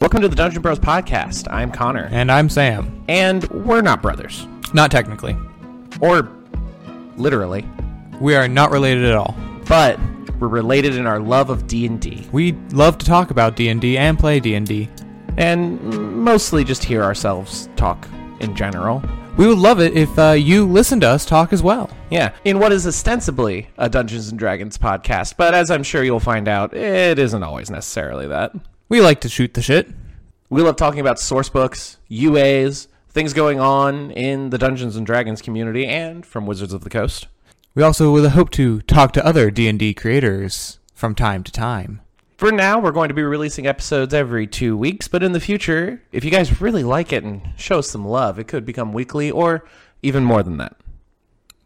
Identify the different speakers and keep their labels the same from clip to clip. Speaker 1: Welcome to the Dungeon Bros podcast. I'm Connor,
Speaker 2: And I'm Sam.
Speaker 1: and we're not brothers,
Speaker 2: Not technically.
Speaker 1: or literally,
Speaker 2: We are not related at all.
Speaker 1: but we're related in our love of D and D,
Speaker 2: We love to talk about D&D and play D&D.
Speaker 1: and mostly just hear ourselves talk in general.
Speaker 2: We would love it if uh, you listened to us talk as well.
Speaker 1: Yeah, in what is ostensibly a Dungeons and Dragons podcast, but as I'm sure you'll find out, it isn't always necessarily that.
Speaker 2: We like to shoot the shit.
Speaker 1: We love talking about source books, UAs, things going on in the Dungeons and Dragons community, and from Wizards of the Coast.
Speaker 2: We also would hope to talk to other D&D creators from time to time.
Speaker 1: For now, we're going to be releasing episodes every two weeks, but in the future, if you guys really like it and show us some love, it could become weekly or even more than that.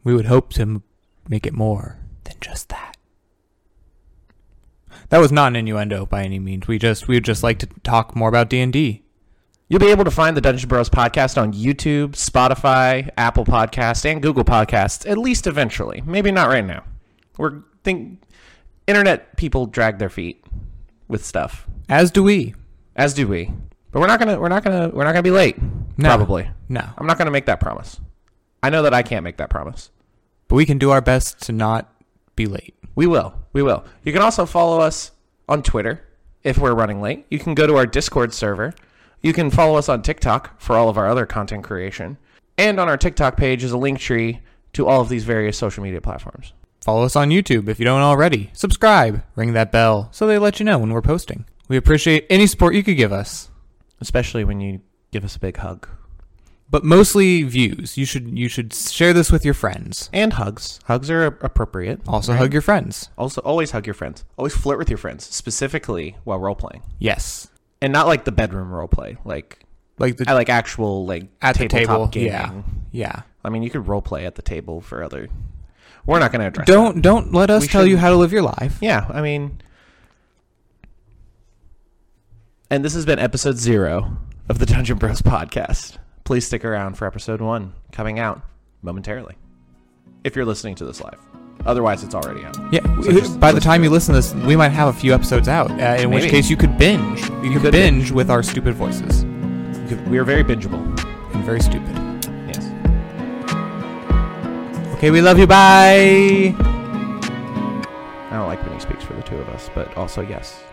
Speaker 2: We would hope to m- make it more than just that. That was not an innuendo by any means. We just we would just like to talk more about D&D.
Speaker 1: You'll be able to find the Dungeon Bros podcast on YouTube, Spotify, Apple Podcast, and Google Podcasts, at least eventually. Maybe not right now. We're think internet people drag their feet with stuff.
Speaker 2: As do we.
Speaker 1: As do we. But we're not gonna we're not gonna we're not gonna be late.
Speaker 2: No.
Speaker 1: Probably.
Speaker 2: No.
Speaker 1: I'm not gonna make that promise. I know that I can't make that promise.
Speaker 2: But we can do our best to not be late.
Speaker 1: We will. We will. You can also follow us on Twitter if we're running late. You can go to our Discord server. You can follow us on TikTok for all of our other content creation. And on our TikTok page is a link tree to all of these various social media platforms.
Speaker 2: Follow us on YouTube if you don't already. Subscribe, ring that bell so they let you know when we're posting. We appreciate any support you could give us,
Speaker 1: Especially when you give us a big hug.
Speaker 2: but mostly views. You should you should share this with your friends.
Speaker 1: And hugs. Hugs are a- appropriate.
Speaker 2: Also hug your friends.
Speaker 1: Also, always hug your friends. Always flirt with your friends, specifically while role playing.
Speaker 2: Yes.
Speaker 1: And not like the bedroom role play, like
Speaker 2: Like the
Speaker 1: I like actual like
Speaker 2: at the table.
Speaker 1: tabletop gaming.
Speaker 2: Yeah. Yeah.
Speaker 1: I mean, you could role play at the table for other. We're not going to address.
Speaker 2: Don't don't let us
Speaker 1: We
Speaker 2: tell you
Speaker 1: shouldn't-
Speaker 2: how to live your life.
Speaker 1: Yeah, I mean, and this has been episode zero of the Dungeon Bros podcast. Please stick around for episode one coming out momentarily. If you're listening to this live, otherwise it's already out.
Speaker 2: Yeah.
Speaker 1: So just
Speaker 2: by the time you listen to this, we might have a few episodes out. Uh, in which
Speaker 1: Maybe.
Speaker 2: case you could binge. You could
Speaker 1: could
Speaker 2: binge with our stupid voices.
Speaker 1: We are very bingeable.
Speaker 2: And very stupid.
Speaker 1: Yes.
Speaker 2: Okay, we love you. Bye.
Speaker 1: I don't like when he speaks for the two of us, but also yes.